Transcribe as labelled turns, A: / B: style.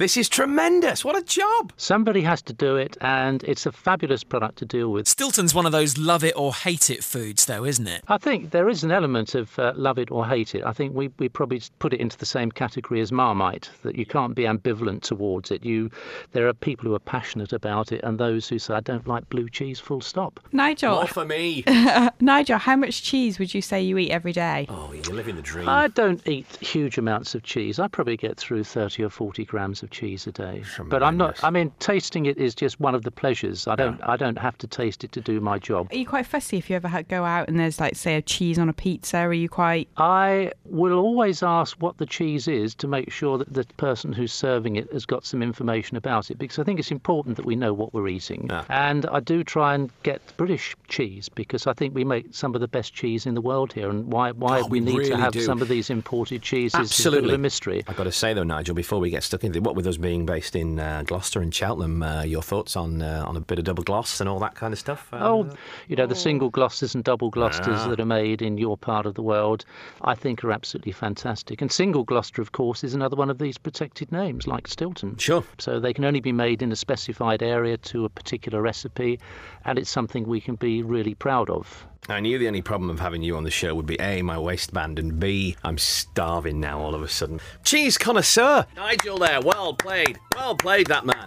A: This is tremendous. What a job.
B: Somebody has to do it, and it's a fabulous product to deal with.
C: Stilton's one of those love it or hate it foods, though, isn't it?
B: I think there is an element of uh, love it or hate it. I think we, we probably put it into the same category as Marmite, that you can't be ambivalent towards it. You, There are people who are passionate about it and those who say, I don't like blue cheese, full stop.
A: More
D: Nigel,
A: for me.
D: Nigel, how much cheese would you say you eat every day?
A: Oh, you're living the dream.
B: I don't eat huge amounts of cheese. I probably get through 30 or 40 grams of cheese a day. But I'm not, I mean, tasting it is just one of the pleasures. I don't, I don't have to taste it to do my job.
D: Are you quite fussy if you ever ha- go out and there's like say a cheese on a pizza? Are you quite
B: I will always ask what the cheese is to make sure that the person who's serving it has got some information about it because I think it's important that we know what we're eating. And I do try and get British cheese because I think we make some of the best cheese in the world here. And why, why
A: Oh, we
B: we need
A: really
B: to have
A: do.
B: some of these imported cheeses is a bit
A: Absolutely.
B: of a mystery.
E: I've got to say though, Nigel, before we get stuck into it, what with us being based in uh, Gloucester and Cheltenham, uh, your thoughts on uh, on a bit of double gloss and all that kind of stuff? Uh,
B: Oh, you know, the single Gloucesters and double Gloucesters that are made in your part of the world, I think are absolutely fantastic. And single Gloucester, of course, is another one of these protected names, like Stilton.
E: Sure.
B: So they can only be made in a specified area to a particular recipe, and it's something we can be really proud of.
E: I knew the only problem of having you on the show would be A, my waistband, and B, I'm starving now all of a sudden. Cheese connoisseur! Nigel there, well played. Well played, that man.